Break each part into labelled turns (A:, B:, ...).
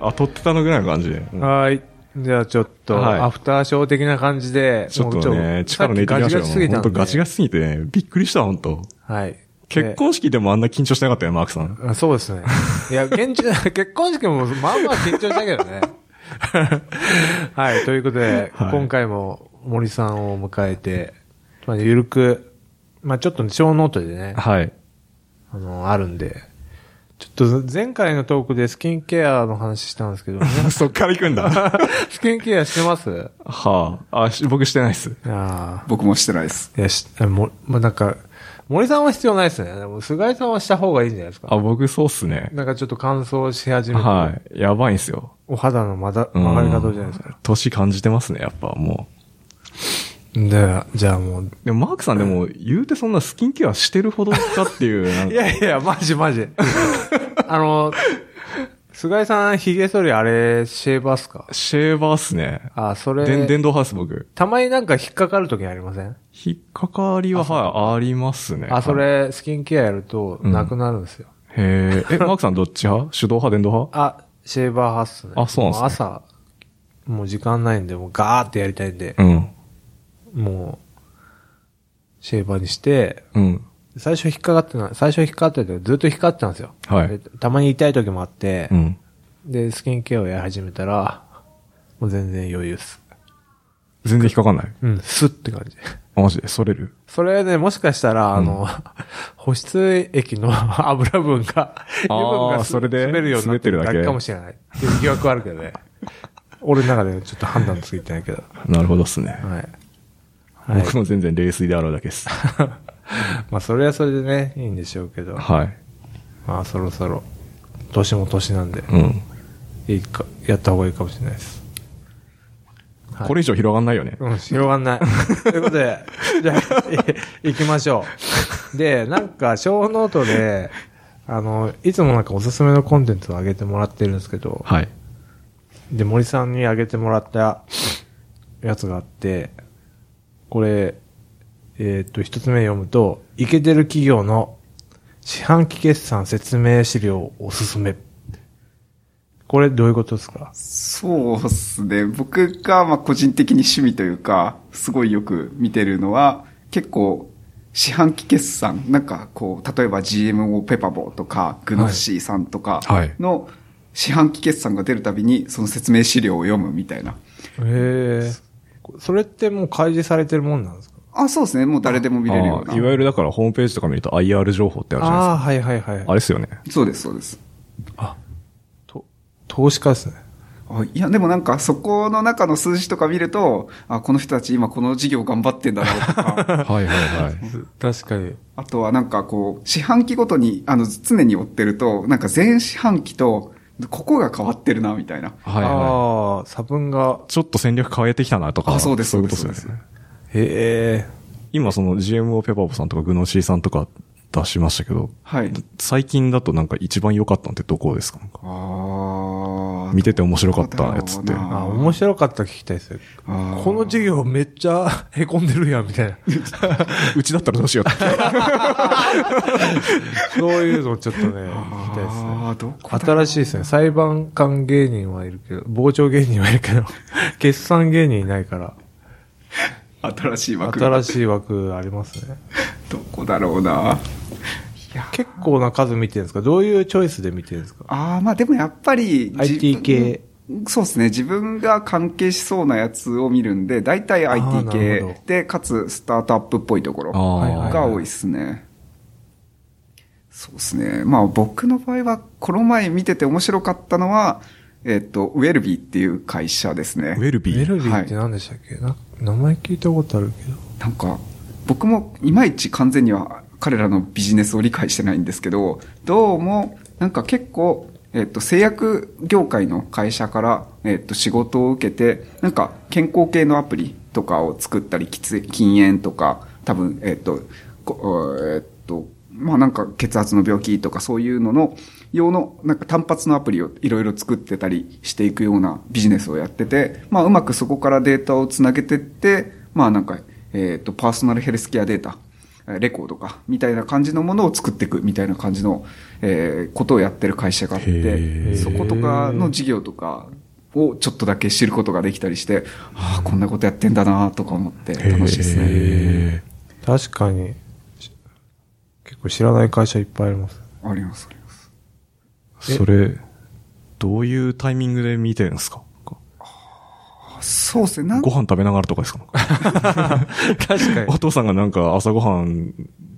A: あ、撮ってたのぐらいの感じで。うん
B: はい。じゃあちょっと、
A: はい
B: アフターショー的な感じで、
A: ちょっ
B: もう
A: とね、
B: さっ
A: 力抜
B: き
A: いてき
B: ガ
A: ま
B: チ
A: し
B: ガチす
A: た
B: ぎ
A: よ。
B: た
A: 本
B: んで
A: 当ガチガチすぎてね、びっくりした、本当
B: はい。
A: 結婚式でもあんな緊張してなかったよ、マークさん。
B: であそうですね。いや、現地、 結婚式もまあまあ緊張したけ どね。はい。ということで、
A: はい
B: 今回も森さんを迎えて、まあ、ゆるく、まあちょっとね小ノートでね、
A: はい。
B: あの、あるんで、ちょっと前回のトークでスキンケアの話したんです けど、ね、
A: そっから行くんだ。
B: スキンケアしてます
A: はあ。あ、し僕してないっす。
B: ああ。
C: 僕もしてないです。
B: いや、し、あも、まあ、なんか、森さんは必要ないですね。でも、菅井さんはした方がいいんじゃないですか。
A: あ、僕そうっすね。
B: なんかちょっと乾燥し始めて、
A: はい。やばいんすよ。
B: お肌のまだ、
A: うん
B: 曲がり方じゃないですか。
A: 年感じてますね、やっぱも
B: で、じゃあもう。
A: う。でもマークさんでも、言うてそんなスキンケアしてるほどかっていう。なん
B: い
A: か
B: やいや、マジ マジ。あの、菅井さん、髭剃りあれ、シェーバーっすか
A: シェーバーっすね。
B: あ、それ、
A: 電電動ハウス僕。
B: たまになんか引っかかるときありません
A: 引っかかりは、はい、ありますね。
B: あ、そ
A: はい。
B: れ、スキンケアやると、
A: うん
B: なくなるんですよ。
A: へ え。え、マークさんどっち派手動派電動派
B: あ、シェーバー派っすね。
A: あそうなんすね
B: も朝、もう時間ないんで、もうガーってやりたいんで、
A: うん。
B: もう、シェーバーにして、
A: うん。
B: 最初引っかかってな、最初引っかかってたけどずっと引っかかってたんですよ。
A: はい
B: でたまに痛い時もあって、
A: うん。
B: で、スキンケアをやり始めたら、もう全然余裕っす。
A: 全然引っかかんない。
B: うん、スッって感じ。
A: あマジで、それる。
B: それね、もしかしたら、あの、保湿液の 油分が、
A: あー
B: 油分がす
A: それで
B: 滑るようになってる
A: 滑ってるだ
B: だ
A: け
B: けかもしれない。っていう疑惑はあるけどね。 俺の中でちょっと判断ついてないけど。
A: なるほどっすね。
B: はい。はい。
A: 僕も全然冷水で洗うだけ です。
B: まあ、それはそれでね、いいんでしょうけど。
A: はい。
B: まあ、そろそろ、年も年なんで、
A: うん。
B: いいか、やった方がいいかもしれないです。はい
A: これ以上広がんないよね。
B: うん、広がんない。 ということで、じゃあ、い 行きましょう。で、なんか、小ノートで、あの、いつもなんかおすすめのコンテンツを上げてもらってるんですけど、
A: はい。
B: で、森さんに上げてもらったやつがあって、これ、えーっと、一つ目読むと、イケてる企業の四半期決算説明資料おすすめ。これどういうことですか
C: そうっすね。僕が、まあ、個人的に趣味というか、すごいよく見てるのは、結構、四半期決算、なんかこう、例えば GMO ペパボとか、グノッシーさんとか
A: はい
C: の四半期決算が出るたびに、その説明資料を読むみたいな。
B: へえ。それってもう開示されてるもんなんですか
C: あ、そうですね。もう誰でも見れるよう
A: あ
C: な。
A: ーいわゆるだからホームページとか見ると IR 情報ってあるじゃないです
B: あ
A: か。
B: あ、はいはいはい。
A: あれですよね。
C: そうです、そうです。
B: と投資家ですね。
C: あいや、でもなんか、そこの中の数字とか見ると、あ、この人たち今この事業頑張ってんだろうとか、
A: はいはい はい。
B: 確かに。
C: あとはなんかこう、四半期ごとに、あの、常に追ってると、なんか前四半期と、ここが変わってるな、みたいな。
A: はいは
B: ああ、差分が、
A: い。ちょっと戦略変えてきたなとか。
C: あそうです
A: そういうこと
C: そう
A: で
C: ですす
A: よね。
B: へえ。
A: 今その GMO ペパーボさんとかグノシーさんとか出しましたけど、
C: はい。
A: 最近だとなんか一番良かったのってどこですかなんか
C: あ
A: 見てて面白かったやつって。
C: どうだろうな
B: あ面白かった聞きたいですよ。
C: あー
B: この授業めっちゃへこんでるやん、みたいな。
A: うちだったらどうしよう って。
B: そういうのちょっとね、聞きたいですね。
C: あー、どこ
B: 新しいですね。裁判官芸人はいるけど、傍聴芸人はいるけど、 決算芸人いないから、
C: 新しい枠が
B: 新しい枠ありますね。
C: どこだろうな。
B: 結構な数見てるんですかどういうチョイスで見てるんですか
C: ああ、まあでもやっぱり、
B: IT 系
C: 自分。そうですね。自分が関係しそうなやつを見るんで、大体
B: あー
C: IT
B: なるほ
C: 系
B: ど
C: で、かつスタートアップっぽいところ。
B: はいはい
C: が多いですね。そうですね。まあ僕の場合は、この前見てて面白かったのは、えっと、ウェルビーっていう会社です
A: ウェ
C: ね。
A: ル
B: ウ
A: ビ
B: ェ
A: ー。
B: ルビーって何でしたっけ、な名前聞いたことあるけど。
C: なんか、僕もいまいち完全には彼らのビジネスを理解してないんですけど、どうも、なんか結構、えっと、製薬業界の会社から、えっと、仕事を受けて、なんか健康系のアプリとかを作ったり、喫煙禁煙とか、多分、えっと、こえっと、まあなんか血圧の病気とかそういうのの用のなんか単発のアプリをいろいろ作ってたりしていくようなビジネスをやってて、まあうまくそこからデータをつなげてって、まあなんか、えっ、と、パーソナルヘルスケアデータえーレコードか、みたいな感じのものを作っていくみたいな感じの、えーことをやってる会社があっ
A: へー
C: て、そことかの事業とかをちょっとだけ知ることができたりして、ああ、こんなことやってんだなとか思って楽しいですね。
A: へ
B: 確かに、し結構知らない会社いっぱいあります。
C: あります、あります。
A: ーそれ、どういうタイミングで見てるんですか
C: あそうですね、なん
A: ご飯食べながらとか ですか
B: 確か
A: お。父さんがなんか朝ごはん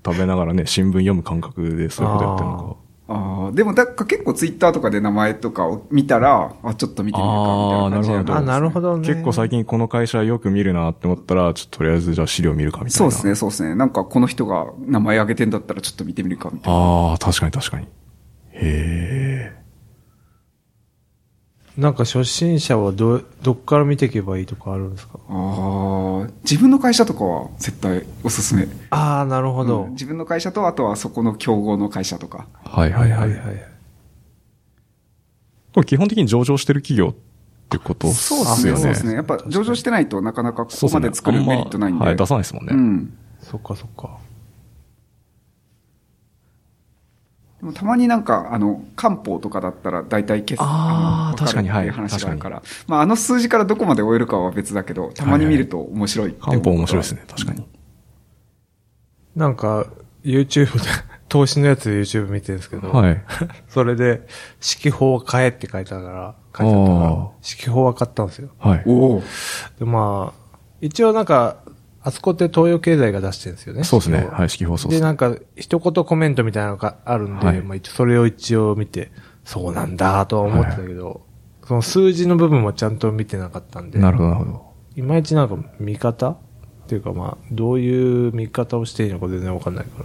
A: 食べながらね、新聞読む感覚でそういうことやってるの
C: ああ、でもだから結構ツイッターとかで名前とかを見たら、あ、ちょっと見てみるか、みたいな感じに
A: あーなるほど
B: あ、
C: りますね
B: なるほど
A: か。
B: ね。
A: 結構最近この会社よく見るなって思ったら、ちょっととりあえずじゃあ資料見るかみたい
C: そう
A: な。
C: ですね、。そうですね。なんかこの人が名前挙げてんだったらちょっと見てみるか、みたいな。
A: ああ、確かに確かに。へえ。
B: なんか初心者はど、どっから見ていけばいいとかあるんですか
C: ああ、自分の会社とかは絶対おすすめ。
B: ああ、なるほど。
C: うん自分の会社と、あとはそこの競合の会社とか。
A: はい
B: はいはいはい。
A: これ基本的に上場してる企業ってことっす
C: そう
A: よ
C: で
A: ね。
C: すね。そうですね。やっぱ上場してないとなかなかこ
A: そう
C: こ
A: っす
C: ま
A: ね
C: で作るメリットないん
A: あま
C: で。
A: はい、出さないですもんね。
C: うん。
B: そっかそっか。
C: でもたまになんか、あの、漢方とかだったら大体決算。
A: あー
C: のわる
A: 確かにはい
C: っていう話があるから。まあ、あの数字からどこまで終えるかは別だけど、たまに見ると面白いって
A: 漢方面白いです
C: ね。
A: ね、確かに。
B: なんか、YouTube で、 投資のやつで YouTube 見てるんですけど、
A: はい。
B: それで、四季法は買えって書いてあったから、書いてあったか
A: あー
B: ら、四季法は買ったんですよ。
A: はい。
C: おお。
B: で、まあ、一応なんか、あそこって東洋経済が出してるんですよね。
A: そうですね。
B: 四季報
A: はい、式放送
B: で、なんか、一言コメントみたいなのがあるんで、
A: はい
B: まあ一応それを一応見て、そうなんだとは思ってたけど、その数字の部分もちゃんと見てなかったんで、
A: なるほど、なるほど。
B: いまいちなんか見方っていうかまあ、どういう見方をしていいのか全然わかんないから。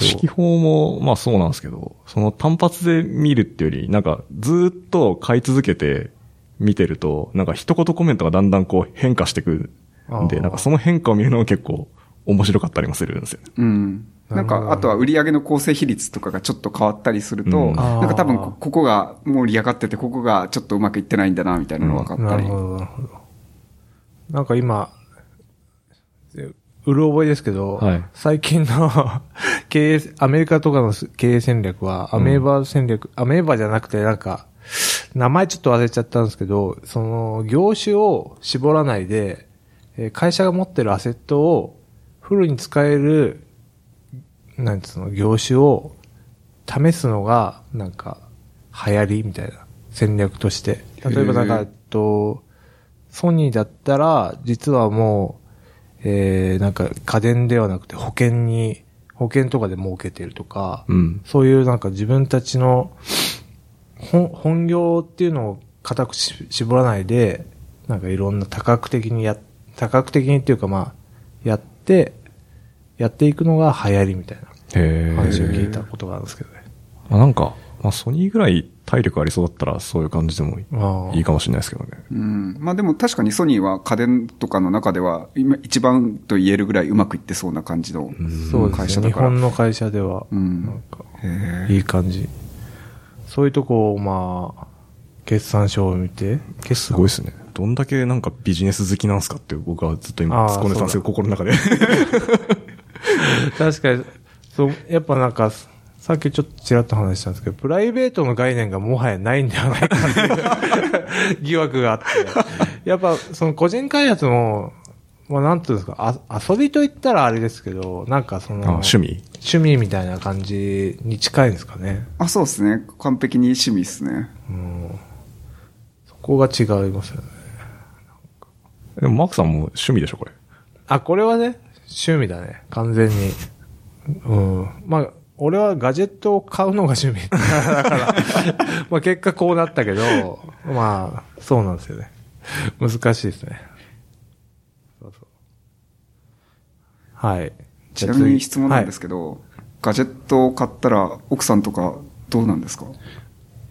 A: 指揮法も、まあそうなんですけど、その単発で見るっていうより、なんかずーっと買い続けて見てると、なんか一言コメントがだんだんこう変化してくん
B: あ
A: で、
B: ー
A: なんかその変化を見るのが結構面白かったりもするんですよね。
C: うん。なん
B: なるほど
C: か、あとは売上の構成比率とかがちょっと変わったりすると、
A: うん
C: なんか多分
B: あー
C: ここが盛り上がってて、ここがちょっとうまくいってないんだな、みたいなのが分かっ
B: な
C: た
B: る
C: り。
B: ほど、なるほど。なんか今、うる覚えですけど、
A: はい
B: 最近の 経営、アメリカとかの経営戦略は、アメーバ戦略、アメーバじゃなくてなんか、名前ちょっと忘れちゃったんですけど、その、業種を絞らないで、えー会社が持ってるアセットをフルに使える、なんつうの、業種を試すのが、なんか、流行りみたいな戦略として。例えばなん
C: へ
B: か、
C: ー
B: えっと、ソニーだったら、実はもう、えー、なんか家電ではなくて保険に、保険とかで儲けてるとか、
A: うん。
B: そういうなんか自分たちの本本業っていうのを固くし絞らないで、なんかいろんな多角的にや、多角的にっていうかまあ、やって、やっていくのが流行りみたい
A: へ
B: な話を
A: え。
B: 聞いたことがあるんですけどね。
A: まあなんか、まあソニーぐらい体力ありそうだったらそういう感じでもい
B: ああ
A: いいかもしれないですけどね。
C: うん。まあでも確かにソニーは家電とかの中では、今一番と言えるぐらいうまくいってそうな感じの。
B: そうで
C: 会
B: す
C: 社
B: ね。
C: だ
B: 日
C: から
B: 本の会社では、
C: うん
B: なんか、
C: へえ
B: いい感じ。そういうとこを、まあ、決算書を見て、決算
A: すごいですね。どんだけなんかビジネス好きなんすかって僕はずっと今突っ込んでたんですけど、心の中で。
B: 確かに、そう、やっぱなんか、さっきちょっとちらっと話したんですけど、プライベートの概念がもはやないんではないかっていう 疑惑があって。やっぱ、その個人開発も、まあなんていうんですか、あ遊びと言ったらあれですけど、なんかその、
A: あ趣味
B: 趣味みたいな感じに近いんですかね。
C: あ、そうですね。完璧に趣味ですね。
B: うん。そこが違いますよね。
A: でもマークさんも趣味でしょ、これ。
B: あ、これはね、趣味だね。完全に。うん。まあ、俺はガジェットを買うのが趣 味。だから、まあ結果こうなったけど、まあ、そうなんですよね。難しいですね。そうそう。はい。
C: ちなみに質問なんです
B: け
C: けど、ガジェットを買ったら奥さんとかどうなんですか
B: ど、はい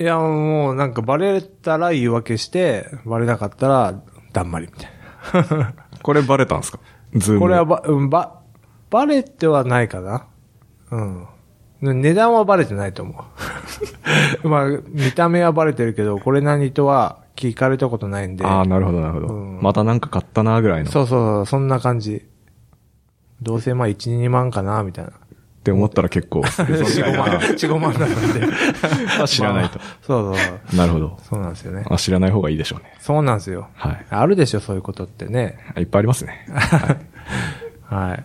B: いや、もうなんかバレたら言い訳して、バレなかったら、だんまりみたいな。
A: これバレたんですかズーム。
B: これはば、うん、ば、バレてはないかな。うん。値段はバレてないと思う。 まあ、見た目はバレてるけど、これ何とは聞かれたことないんで。
A: ああ、なるほど、なるほど。
B: うん
A: またなんか買ったな、ぐらいの。
B: そうそうそう、そんな感じ。どうせまあ1、2万かな、みたいな。
A: て思ったら結構、
B: 4、5万、4、5万だ ったんで。
A: 知ら ないと
B: まあ。そうそう。
A: なるほど。
B: そうなんですよね。
A: あ知らない方がいいでしょうね。
B: そうなんですよ。
A: はい
B: あるでしょ、そういうことってね。
A: いっぱいありますね。
B: はい。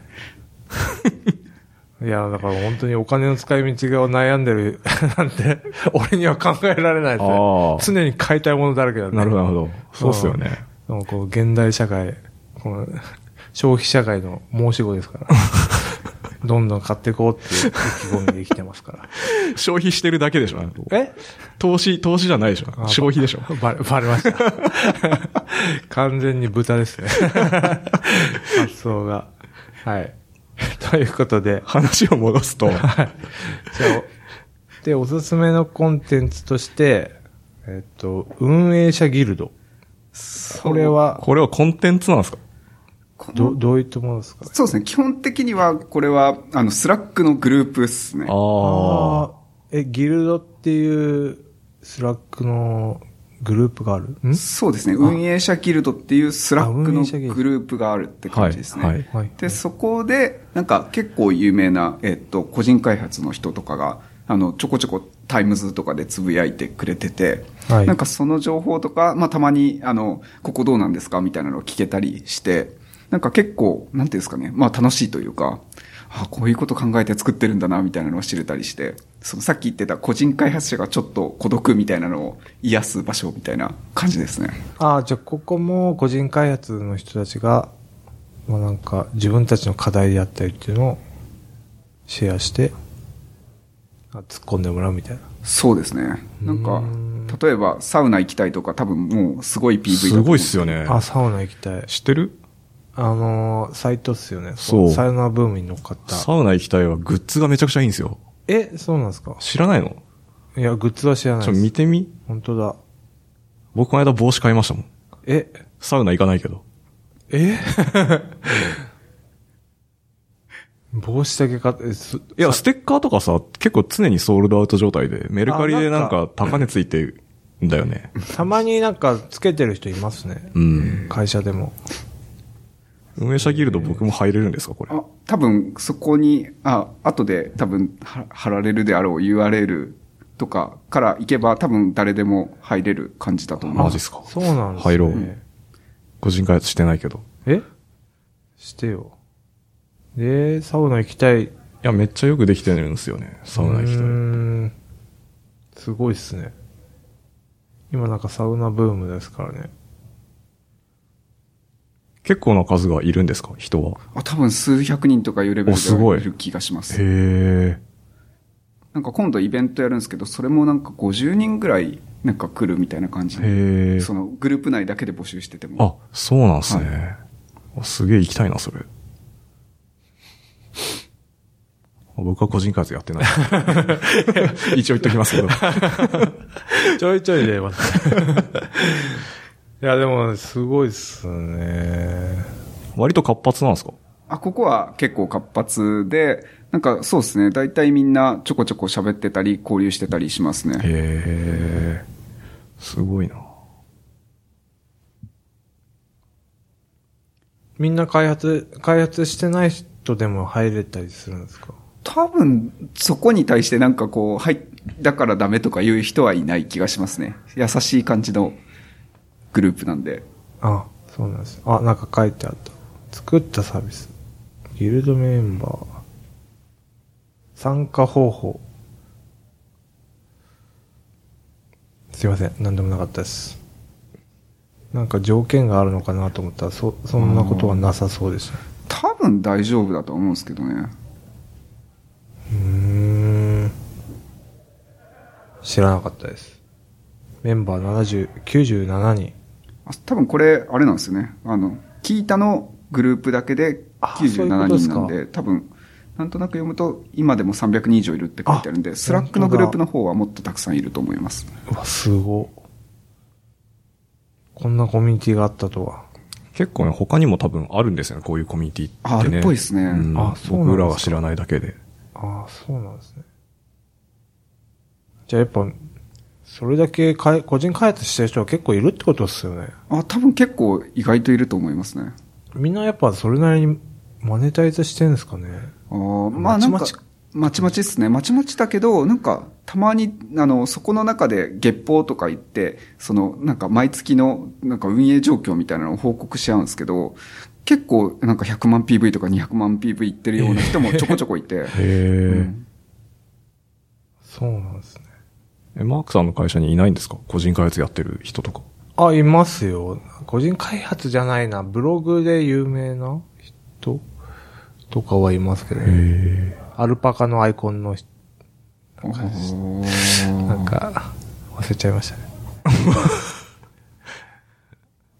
B: いや、だから本当にお金の使い道が悩んでる なんて、俺には考えられないですね
A: ああ
B: 常に買いたいものだらけだね。
A: なるほど、なるほど。そうっすよね。
B: うん。でもこう、現代社会、この、消費社会の申し子で すから。どんどん買っていこうっていう意気込みで生きてますから。
A: 消費してるだけでしょ。
B: え
A: 投資、投資じゃないでしょ。消費でしょ。
B: ばれ、ばれ ました。完全に豚ですね。発想が。はい。ということで。
A: 話を戻すと、
B: はい。じゃあおで、おすすめのコンテンツとして、えっと、運営者ギルド。これは、
A: これはコンテンツなんですか
C: この
B: ど、どういったものですか
C: そうですね。基本的には、これは、あの、スラックのグループですね。
A: ああ。
B: ー。え、ギルドっていう、スラックのグループがあるん
C: そうですね。運営者ギルドっていうスラック
B: あ運営
C: の
B: 者ギルド
C: グループがあるって感じですね。
A: はいはい
B: はい
C: で、そこで、なんか結構有名な、えっと、個人開発の人とかが、あの、ちょこちょこタイムズとかでつぶやいてくれてて、
B: はい
C: なんかその情報とか、まあたまに、あの、ここどうなんですかみたいなのを聞けたりして、なんか結構、なんていうんですかね、まあ楽しいというか、あこういうこと考えて作ってるんだな、みたいなのを知れたりして、そのさっき言ってた個人開発者がちょっと孤独みたいなのを癒す場所みたいな感じですね。
B: ああ、じゃあここも個人開発の人たちが、まあなんか自分たちの課題であったりっていうのをシェアして、あ突っ込んでもらうみたいな。
C: そうですね。なん
B: う
C: か
B: ーん、
C: 例えばサウナ行きたいとか多分もうすごい PV だと
A: す
C: 思う
A: ごいっすよね。
B: あ、サウナ行きたい。
A: 知ってる
B: あのーサイトっすよね。
A: そう
B: サウナブームに乗っかった。
A: サウナ行きたいはグッズがめちゃくちゃいいんですよ。
B: え、そうなんですか
A: 知らないの
B: いや、グッズは知らな
A: ちょ、
B: いで
A: 見
B: す。
A: てみ
B: 本当だ。
A: 僕この間帽子買いましたもん。
B: え、
A: サウナ行かないけど。
B: え帽子だけ買って、えす
A: いや、ステッカーとかさ、結構常にソールドアウト状態で、メルカリでなんか高値ついてるんだよね。
B: たまになんかつけてる人いますね。
A: うん。
B: 会社でも。
A: 運営者ギルド僕も入れるんですかこれ。
C: あ、多分そこに、あ、後で多分は貼られるであろう URL とかから行けば多分誰でも入れる感じだと思い
A: マ
C: ま
A: ジっ
C: す。
A: すか
B: そうなんですね。
A: 入ろう個人開発してないけど。
B: えしてよ。で、サウナ行きたい。
A: いや、めっちゃよくできてるんですよね。サウナ行き
B: うー
A: たい。
B: んすごいっすね。今なんかサウナブームですからね。
A: 結構な数がいるんですか人は。
C: あ、多分数百人とかいうレベ
A: お
C: ル
A: すごい
C: でいる気がします。
A: へえ。
C: なんか今度イベントやるんですけど、それもなんか50人ぐらいなんか来るみたいな感じで
A: へえ。
C: そのグループ内だけで募集してても。
A: あ、そうなんすね。あすげえ行きたいな、それ。あ僕は個人開発やって ない。一応言っときますけど。
B: ちょいちょい出ます。いや、でも、すごいっすね。
A: 割と活発なんですか
C: あ、ここは結構活発で、なんかそうですね、大体みんなちょこちょこ喋ってたり交流してたりします
A: へ
C: ね。
A: え。すごいな。
B: みんな開発、開発してない人でも入れたりするんですか
C: 多分、そこに対してなんかこう、はい、だからダメとか言う人はいない気がしますね。優しい感じのグループなんで。
B: あ、そうなんです。あ、なんか書いてあった。作ったサービス。ギルドメンバー。参加方法。すいません。何でもなかったです。なんか条件があるのかなと思ったら、そ、そんなことはなさそうですね。
C: 多分大丈夫だと思うんですけどね。
B: うーん。知らなかったです。メンバー70、97人。
C: あ多分これ、あれなんですよね。あの、聞いたのグループだけで
B: あそういうこと
C: 97
B: です
C: 人
B: か
C: なんで、多分、なんとなく読むと、今でも300人以上いるって書いてあるんで、スラックのグループの方はもっとたくさんいると思います。
B: うわ、すご。こんなコミュニティがあったとは。
A: 結構ね、他にも多分あるんですよね、こういうコミュニティって、ね。
C: ああるっぽいですね
A: うん
B: あそうなんですか
A: 僕らが知らないだけで。
B: ああ、そうなんですね。じゃあやっぱ、それだけかい個人開発してる人は結構いるってことですよね。
C: あ、多分結構意外といると思いますね。
B: みんなやっぱそれなりにマネタイズしてんですかね。
C: あーまあなん
B: ま
C: か、ま
B: ち
C: ち
B: まち
C: まちっすね。まちまちだけど、なんか、たまに、あの、そこの中で月報とか言って、その、なんか毎月の、なんか運営状況みたいなのを報告し合うんですけど、結構、なんか100万 PV とか200万 PV いってるような人もちょこちょこいて。
A: へ
C: う
A: ー
C: ん
B: そうなんですね。
A: え。マークさんの会社にいないんですか個人開発やってる人とか。
B: あ、いますよ。個人開発じゃないな。ブログで有名な人とかはいますけど、ね、
A: へ
B: アルパカのアイコンの人、
C: お
B: なん
C: ー
B: か、忘れちゃい ましたね。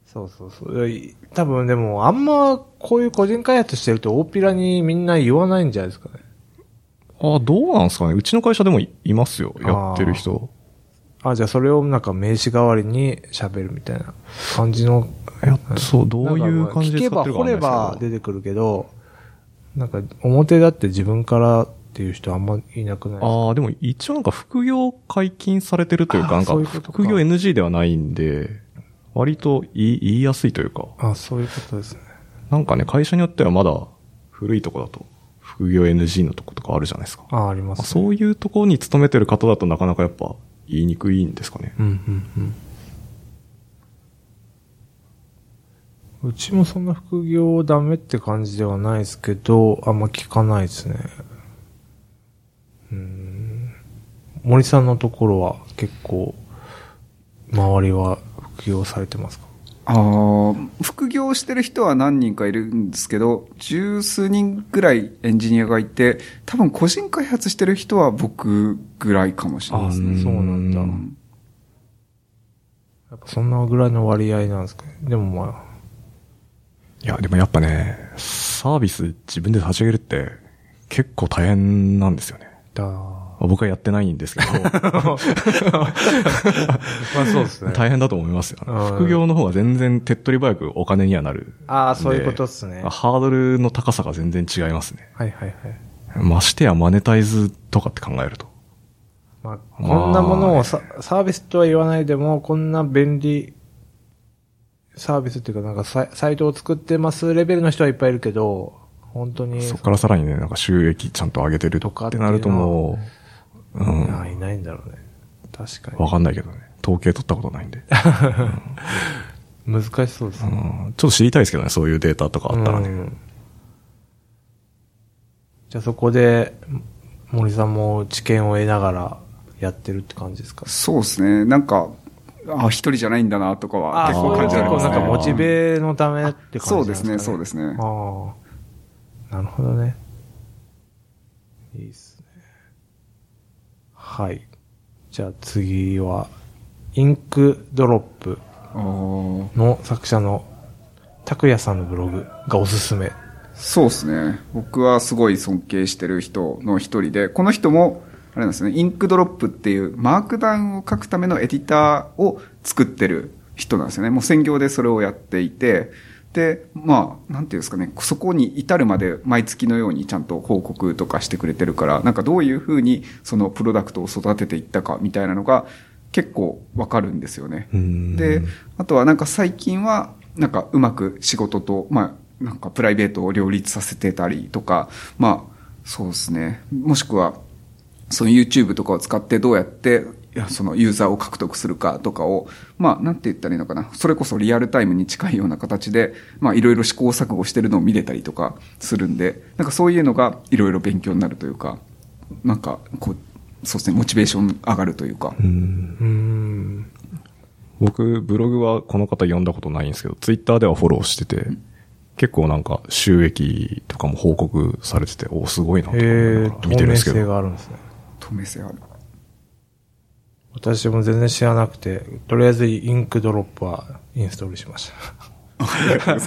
B: そうそうそう。い多分でも、あんまこういう個人開発してると大っぴらにみんな言わないんじゃないですかね。
A: あ、どうなんですかねうちの会社でもいいますよ。やってる人。
B: あ、じゃあそれをなんか名刺代わりに喋るみたいな感じの。
A: いやそうどういう感じで
B: なんかま
A: 使っ
B: あ聞けば
A: てるかわ
B: 掘
A: かんない
B: れ
A: ですけど
B: ば出てくるけど、なんか表だって自分からっていう人あんまいなくないですか
A: ああ、でも一応なんか副業解禁されてるというか、
B: あ
A: な
B: ー
A: んか
B: そういうことか
A: 副業 NG ではないんで、割と言い言いやすいというか、
B: あ、そういうことですね。
A: なんかね、会社によってはまだ古いとこだと、副業 NG のとことかあるじゃないですか。
B: あ、あります、ね。
A: そういうとこに勤めてる方だとなかなかやっぱ言いにくいんですかね。
B: うんうんうん。うちもそんな副業ダメって感じではないですけど、あんま聞かないですね。うん。森さんのところは結構、周りは副業されてますか
C: あー副業してる人は何人かいるんですけど、十数人ぐらいエンジニアがいて、多分個人開発してる人は僕ぐらいかもしれないですね。
B: そうなんだ
A: うん
B: やっぱそんなぐらいの割合なんですかね。でもま
A: いや、でもやっぱね、サービス自分で立ち上げるって結構大変なんですよね。
B: あ、だま
A: まあ僕はやってないんですけど、
B: あそうですね。
A: 大変だと思いますよ
B: うん。
A: 副業の方が全然手っ取り早くお金にはなる。
B: ああ、そういうことですね。
A: で
B: は
A: ハードルの高さが全然違いますね。
B: いはいはい。
A: ましてやマネタイズとかって考えると。
B: まあ、こんなものをさサービスとは言わないでも、こんな便利サービスっていうか、なんかサイサイトを作ってますレベルの人はいっぱいいるけど、本当に、
A: そこからさらにね、なんか収益ちゃんと上げてるとかってなるともう、う
B: いや
A: ん、
B: いないんだろうね。確か
A: わかんないけどね。統計取ったこと ないんで。
B: に。難しそうです
A: う
B: ね。
A: ん、ちょっと知りたいですけどね、そういうデータとかあったらね。
B: うんじゃあそこで、森さんも知見を得ながらやってるって感じですか
C: そうですね。なんか、あ、一人じゃないんだなとかは
B: ああ、
C: 結
B: そ
C: 構
B: ういう
C: 感じ
B: 結
C: られ
B: 構
C: ます
B: なん
C: ね。
B: かモチベのためって感じ
C: そう
B: なん
C: ですね、そうですすね。
B: ああ。なるほどね。いいっすね。はい。じゃあ次は、インクドロップ
C: あー
B: の作者の拓也さんのブログがおすすめ。
C: そうですね。僕はすごい尊敬してる人の一人で、この人も、あれなんですね、インクドロップっていうマークダウンを書くためのエディターを作ってる人なんですよね。もう専業でそれをやっていて、で、まあ、なんていうんですかね、そこに至るまで毎月のようにちゃんと報告とかしてくれてるから、なんかどういうふうにそのプロダクトを育てていったかみたいなのが結構わかるんですよね。
A: うん
C: で、あとはなんか最近は、なんかうまく仕事と、まあ、なんかプライベートを両立させてたりとか、まあ、そうですね。もしくは、その YouTube とかを使ってどうやって、いやそのユーザーを獲得するかとかを、まあ、なんて言ったらいいのかな。それこそリアルタイムに近いような形で、まあ、いろいろ試行錯誤してるのを見れたりとかするんで、なんかそういうのがいろいろ勉強になるというか、なんか、こう、そうですね、モチベーション上がるというか。
A: うん
B: うーん。
A: 僕、ブログはこの方読んだことないんですけど、ツイッターではフォローしてて、結構なんか収益とかも報告されてて、おすごいなと
B: へ
A: か思いな
B: え
A: が、ら
B: 透
A: 見てるん
B: 明
A: ですけ
B: 性
A: ど。
B: があるんですね。
C: 透明性ある。
B: 私も全然知らなくて、とりあえずインクドロップはインストールしました。で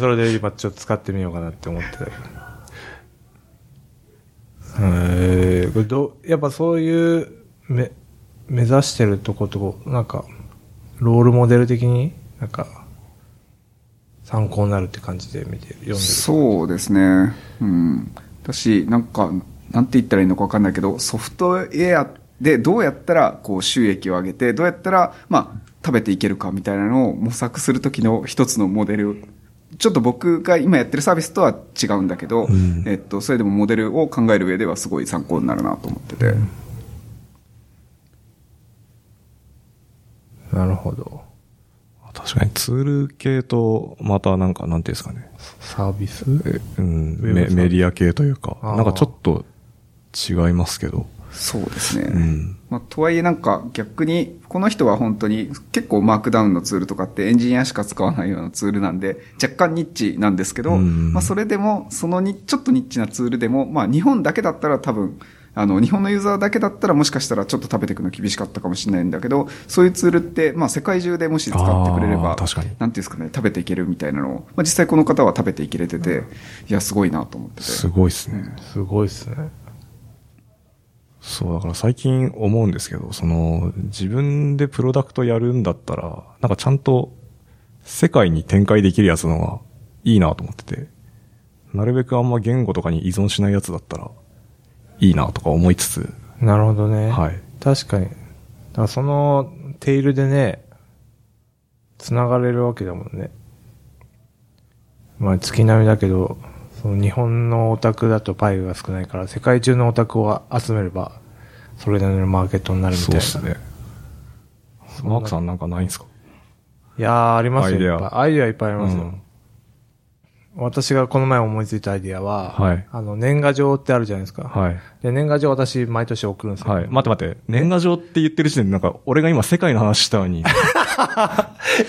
B: それで今ちょっと使ってみようかなって思ってたけど。えー、これどうやっぱそういうめ目指してるとこと、なんか、ロールモデル的になんか、参考になるって感じで見て、読んでる。
C: そうですね。うん。だし、なんか、なんて言ったらいいのかわかんないけど、ソフトウェアでどうやったらこう収益を上げて、どうやったら、まあ、食べていけるかみたいなのを模索するときの一つのモデルちょっと僕が今やってるサービスとは違うんだけど、
A: うん
C: えっと、それでもモデルを考える上ではすごい参考になるなと思ってて。
B: なるほど。
A: 確かにツール系と、またなんか、なんていうんですかね。
B: サービス
A: えうん、
B: ウェブサ
A: メ
B: ービス
A: メディア系というか、
B: あー
A: なんかちょっと違いますけど。
C: そうですね。
A: うん
C: まあ、とはいえなんか逆に、この人は本当に結構マークダウンのツールとかってエンジニアしか使わないようなツールなんで、若干ニッチなんですけど、
A: うん
C: まあ、それでも、そのに、ちょっとニッチなツールでも、まあ、日本だけだったら多分、あの、日本のユーザーだけだったらもしかしたらちょっと食べていくの厳しかったかもしれないんだけど、そういうツールって、まあ、世界中でもし使ってくれれ
A: あー
C: ば、
A: 確かに
C: なんていうんですかね、食べていけるみたいなのを、まあ、実際この方は食べていけれてて、いや、すごいなと思ってて。
A: すごいですね。
B: すごいっすね。
A: そう、だから最近思うんですけど、その、自分でプロダクトやるんだったら、なんかちゃんと世界に展開できるやつの方がいいなと思ってて、なるべくあんま言語とかに依存しないやつだったらいいなとか思いつつ、
B: なるほどね。
A: はい。
B: 確かに。だからその、テイルでね、繋がれるわけだもんね。まあ、月並みだけど、その日本のオタクだとパイが少ないから、世界中のオタクを集めれば、それなりのマーケットになるみた
A: そ
B: いうな。
A: ですね。マークさんなんかないんですか
B: いやー、ありますよ。
A: アイデア
B: いっぱいアイデアいっぱいありますよ。
A: うん
B: 私がこの前思いついたアイデアは、
A: はい
B: あの、年賀状ってあるじゃないですか。
A: はい。
B: で、年賀状私毎年送るんですよ。
A: はい。待って待って。年賀状って言ってる時点でなんか、俺が今世界の話したの に、
B: い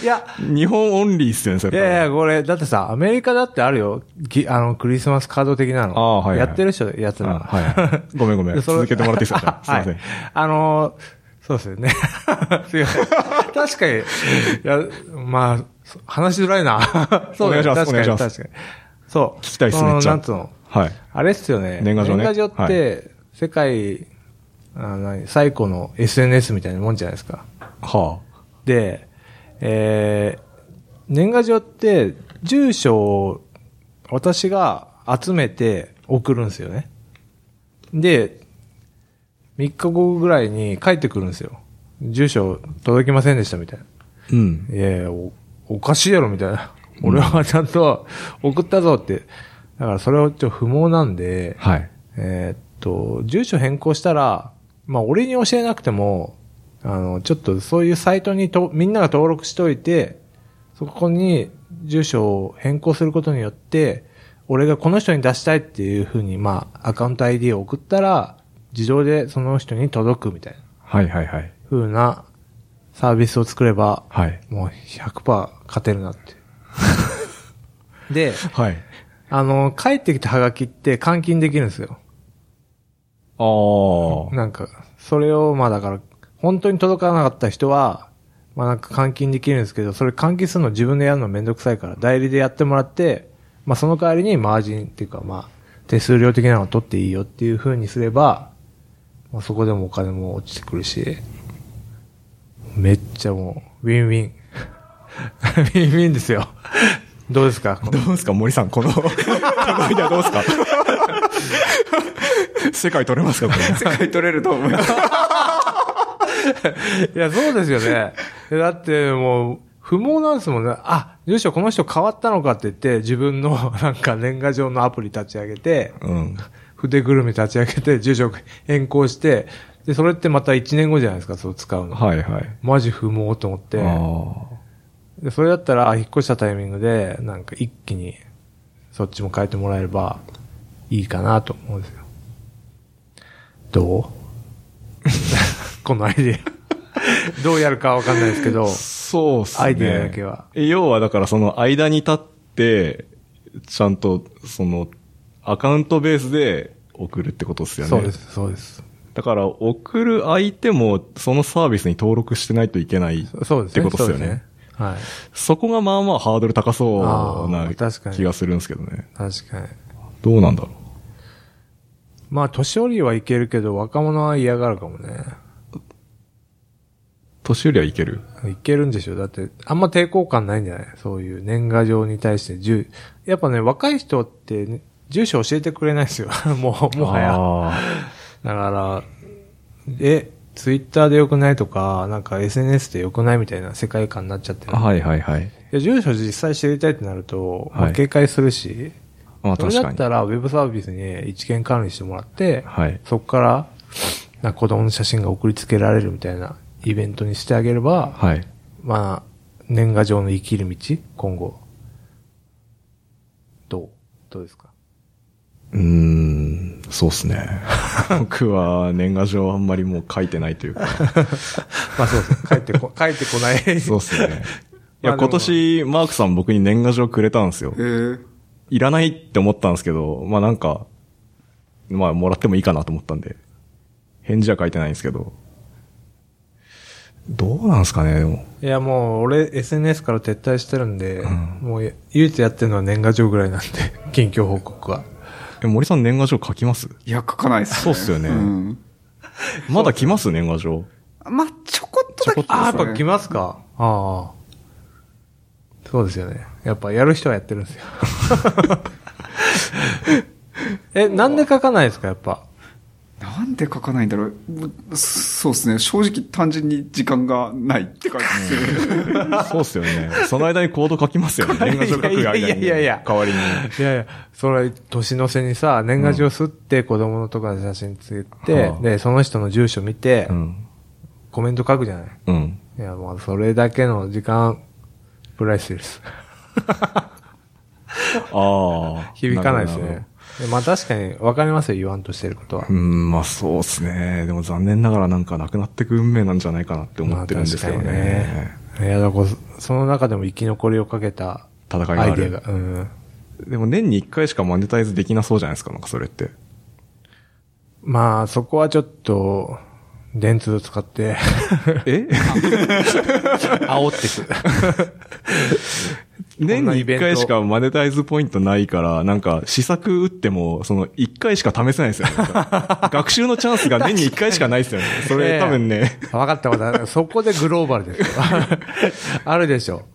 B: や、
A: 日本オンリーっすよね、そ
B: い
A: れ。
B: やいや、これ、だってさ、アメリカだってあるよ。ぎあの、クリスマスカード的なの。
A: ああはいはい
B: やってる人、やつ
A: あ
B: ら。
A: はい。ごめんごめん。
B: で それ
A: 続けてもらっていいですかすいません。
B: はいあのーそうですよね。 すいません。確かに、いや、まあ、そ話しづらいな。 そうだ
A: お願
B: よ
A: いします
B: 確かに
A: お願いします
B: 確かに。そう。
A: 聞きたいっすね
B: その
A: めっちゃ
B: なんつうの。
A: はい。
B: あれっすよね。
A: 年賀状ね
B: って、世界、あの、最古の SNS みたいなもんじゃないですか。
A: は
B: で、えー、年賀状って、住所を私が集めて送るんですよね。で、3日後ぐらいに帰ってくるんですよ。住所届きませんでしたみたいな。
A: あ。うん。
B: いやいや、お、おかしいやろみたいな。俺はちゃんと送ったぞって。だからそれはちょっと不毛なんで、
A: はい。
B: えーっと、住所変更したら、まあ、俺に教えなくても、あの、ちょっとそういうサイトにと、みんなが登録しといて、そこに住所を変更することによって、俺がこの人に出したいっていうふうに、まあ、アカウント ID を送ったら、自動でその人に届くみたいな
A: はいはいはい。
B: ふうなサービスを作れば、
A: はい。
B: もう100%勝てるなって。で、
A: はい。
B: あの、帰ってきたハガキって換金できるんですよ。
A: ああ。
B: なんか、それを、まあだから、本当に届かなかった人は、まあなんか換金できるんですけど、それ換金するの自分でやるのめんどくさいから、代理でやってもらって、まあその代わりにマージンっていうか、まあ、手数料的なのを取っていいよっていう風にすれば、まあそこでもお金も落ちてくるし、めっちゃもう、ウィンウィン。 ウィンウィンですよ。どうですかこの
A: どうですか森さん、この 、このアイデアどうです か世界取れますかこれ。
C: 世界取れると思 います。
B: いや、そうですよね。だってもう、不毛なんですもんね。あ、住所この人変わったのかって言って、自分の なんか年賀状のアプリ立ち上げて、
A: うん。
B: 筆ぐるみ立ち上げて、住所変更して、で、それってまた1年後じゃないですか、そう使うの。
A: はいはい。
B: マジ不毛と思って。
A: あ
B: で、それだったら、あ引っ越したタイミングで、なんか一気に、そっちも変えてもらえれば、いいかなと思うんですよ。どう このアイデア。どうやるかわかんないですけど
A: あ。。そうっすね。
B: アイデアだけは。
A: 要はだからその間に立って、ちゃんとそのアカウントベースで送るってことっすよね。
B: そうで。す、そうです。
A: だから送る相手もそのサービスに登録してないといけない
B: そうですね。
A: ってことっすよね
B: そうではい。
A: そこがまあまあハードル高そう
B: あ
A: な
B: ー確かに
A: 気がするんですけどね。
B: 確かに。
A: どうなんだろ
B: まあ、年寄りはいけるけど、若者は嫌がるかもね。
A: う。年寄りはいける
B: いけるんでしょだって、あんま抵抗感ないんじゃないそういう年賀状に対して住、やっぱね、若い人ってね、住所教えてくれないですよ。 もう、もはや。
A: や。
B: だから、え、ツイッターで良くないとか、なんか SNS で良くないみたいな世界観になっちゃってる。
A: はいはいはい。
B: でや住所実際知りたいってなると、まあ
A: はい
B: 警戒するし、
A: まあ
B: それ
A: 確
B: だ
A: か
B: っ
A: に。
B: たらウェブサービスに一元管理してもらって、
A: はい。
B: そこから、なんか子供の写真が送りつけられるみたいなイベントにしてあげれば、
A: はい。
B: まあ、年賀状の生きる道、今後。どうどうですか
A: うーん、そうっすね。 僕は年賀状あんまりもう書いてないというか。
B: まあそうそう、帰ってこ、帰ってこない。
A: そうっすね。い
B: まあ
A: や、
B: でも
A: 今年、マークさん僕に年賀状くれたんですよ
C: え。ー、
A: いらないって思ったんですけど、まあなんか、まあもらってもいいかなと思ったんで、返事は書いてないんですけど。どうなんですかね、でも。
B: いやもう、俺 SNS から撤退してるんで、
A: うん
B: もう唯一やってるのは年賀状ぐらいなんで、 近況報告は。
A: え、森さん年賀状書きます
C: いや、書かないっすね。
A: そうっすよね
C: ん
A: まだ来ます年賀状。
C: まあ、ちょこっとだけ
A: ちょこっと
B: ああ、
A: で
B: やっぱ来
C: ま
B: ますかああ。そうですよね。やっぱやる人はやってる んですよ。 え、なんで書かないですかやっぱ。
C: なんで書かないんだろう。もうそうっすね。正直単純に時間がないって感じですね。
A: そうっすよね。その間にコード書きます よね。年賀状書く間に。
B: いやいやいやいや
A: 代わりに。
B: いやいや、それ、年の瀬にさ、年賀状すって子供のとかの写真つけて、
A: うん
B: で、その人の住所見て、
A: うん。
B: コメント書くじゃない。
A: うん。
B: いや、もうそれだけの時間、プライス です。
A: あ あ。
B: 響かないです
A: るほ
B: ね
A: ど。。
B: でまあ確かに分かりますよ、言わんとしてることは
A: う。ん、まあそうっすね。でも残念ながらなんかなくなってく運命なんじゃないかなって思ってるんですけどね。
B: まあ確かにねいや、だからその中でも生き残りをかけた
A: 戦いが
B: アイ
A: あ
B: デア
A: る
B: が。。うん。
A: でも年に1回しかマネタイズできなそうじゃないですか、なんかそれ って。
B: まあ、そこはちょっと、電通を使 って、
A: え
B: 煽ってく。
A: 年に1回し
B: こ
A: かマネタイズポイントないから、なんか試作打っても、その1回しか試せないです よね。なんか学習のチャンスが年に1回しかないですよね。そ
B: ええ
A: れ多分ね、
B: 分かった分かった。そこでグローバル ですよ。あるでしょ。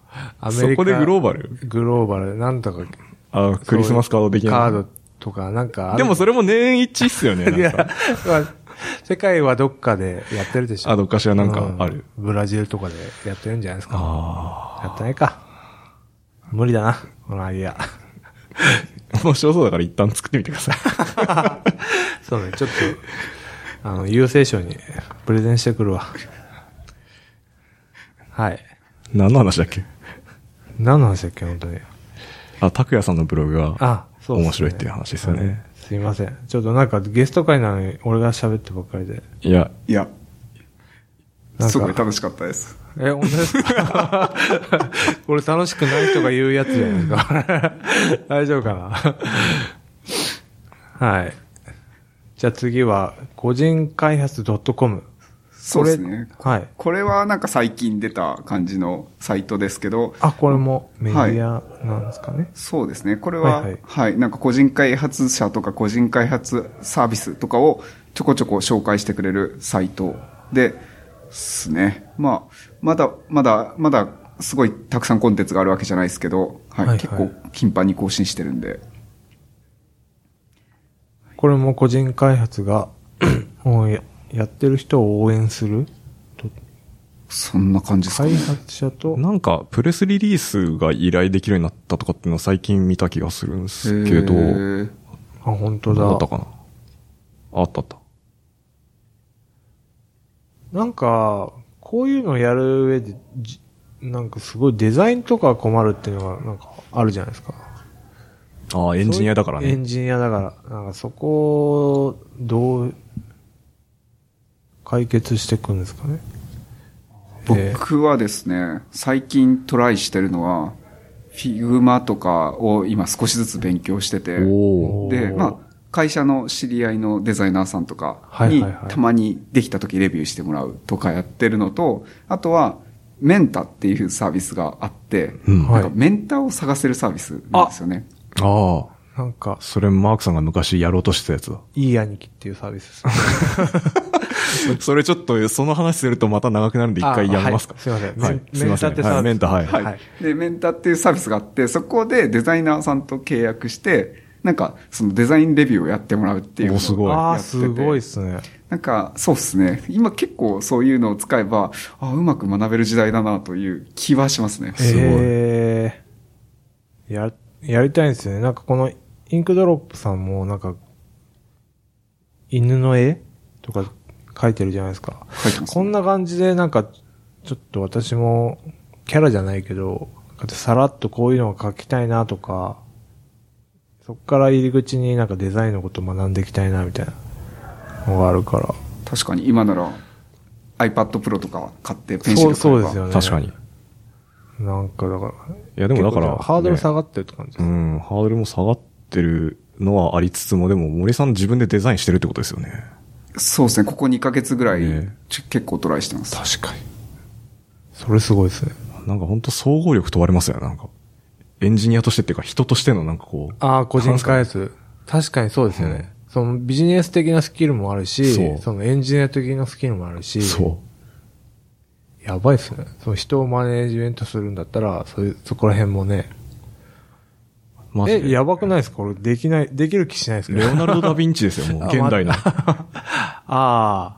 B: アメリカ。
A: そこでグローバル
B: グローバル。なんとか。
A: あクリスマスカード的な。
B: カードとか、なんかある。
A: でもそれも年一っすよね。
B: い
A: なん
B: や
A: か、
B: まあ世界はどっかでやってるでしょ。
A: あどっかしらなんかある
B: うんブラジルとかでやってるんじゃないですか。
A: あ
B: やってないか。無理だな、このアイディア。
A: あ。面白そうだから一旦作ってみてく ださい。
B: そうね、ちょっと、あの、郵政省にプレゼンしてくるわ。はい。
A: 何の話だっけ
B: 何の話だっけ、本当に。
A: あ、拓也さんのブログが
B: あ、そう
A: 面白いっていう話ですよね。
B: すいません。ちょっとなんかゲスト会なのに俺が喋ってばっかりで。
A: いや、
C: いや、
B: なん
C: すごい
B: か、
C: 楽しかったです。
B: え、本当ですか これ楽しくない人が言うやつじゃないか。 大丈夫かなはい。じゃあ次は、個人開発 .com。
C: そうですね。
B: これはい。
C: これはなんか最近出た感じのサイトですけど、
B: あ、これもメディアなんですかね。
C: そうですね。これ
B: は
C: は、はいい、
B: はい
C: なんか個人開発者とか個人開発サービスとかをちょこちょこ紹介してくれるサイトですね。まあ、まだ、まだ、まだ、すごいたくさんコンテンツがあるわけじゃないですけど、は
B: は
C: い、
B: いはい
C: 結構頻繁に更新してるんで。
B: これも個人開 発がもうややってる人を応援すると
C: そんな感じですか
B: 開
C: ね。
B: 発者と、
A: なんか、プレスリリースが依頼できるようになったとかっていうのを最近見た気がするんですけど、
C: へ
A: ど
C: ー
B: あ、本当
A: うだった
B: だ。
A: かなああったあった。
B: なんか、こういうのやる上で、じなんかすごいデザインとか困るっていうのがなんかあるじゃないですか。
A: ああ、エンジニアだから
B: そういうエン
A: ね。
B: ジニアだから。なんかそこをどう解決していくんですかね。えー
C: 僕はですね、最近トライしてるのは、Figma とかを今少しずつ勉強してて、
A: お
B: お
A: お。
B: ー
C: で、まあ、会社の知り合いのデザイナーさんとか
B: はい
C: に
B: はいはい
C: たまにできた時レビューしてもらうとかやってるのと、あとは、メンタっていうサービスがあって、
A: うん。
B: は
A: あ
B: い
C: なんかメンターを探せるサービスなんですよね。
A: あ、
B: なんか、
A: それマークさんが昔やろうとしてたやつだ。
B: いい兄貴っていうサービスです。
A: それちょっと、その話するとまた長くなるんで一回やめますか、
B: あはいすいません
A: は
B: メン
A: い。すいません。
B: メンタってさ
A: はいメンタ、はい。
C: はい。
B: はい
C: で、メンターっていうサービスがあって、そこでデザイナーさんと契約して、なんか、そのデザインレビューをやってもらうっていうのを
A: おすごい
B: あ
C: や
B: あ、
C: ってて
B: すごいっすね。
C: なんか、そうですね。今結構そういうのを使えば、あうまく学べる時代だなという気はしますね。
A: すごい
B: えや、やりたいんですよね。なんかこのインクドロップさんもなんか、犬の絵とか描いてるじゃないですか。
C: 書いてます。
B: こんな感じでなんか、ちょっと私もキャラじゃないけど、さらっとこういうのを描きたいなとか、そっから入り口になんかデザインのこと学んでいきたいなみたいなのがあるから。
C: 確かに今なら iPad Pro とか買ってペンシ
B: そう、
C: ル買
B: そ
C: え
B: う
C: ば
B: ですよね。
A: 確かに。い。
B: なんかだから。
A: や、でもだか
B: 結
A: ら、
B: 構ハードル下
A: ね
B: がってるって感じ。
A: うん、ハードルも下がってるのはありつつも、でも森さん自分でデザインしてるってことですよね。
C: そうですね。ここ2ヶ月ぐらい、
A: ね
C: ち結構トライしてます。
A: 確かに。
B: それすごいですね。
A: なんか本当総合力問われますよね、なんか。エンジニアとしてっていうか人としてのなんかこう。
B: ああ、個人開発。確かにそうですよね。そのビジネス的なスキルもあるし、
A: そう
B: そのエンジニア的なスキルもあるし、。
A: そう
B: やばいっすね。その人をマネージメントするんだったら、そういう、そこら辺もね。
A: う。マジ
B: え、
A: で。
B: やばくないですか俺、できない、できる気しないですけ
A: レ
B: ど。
A: オナルド・ダ・ヴィンチですよ、もう
B: あ
A: 現代の。
B: ああ。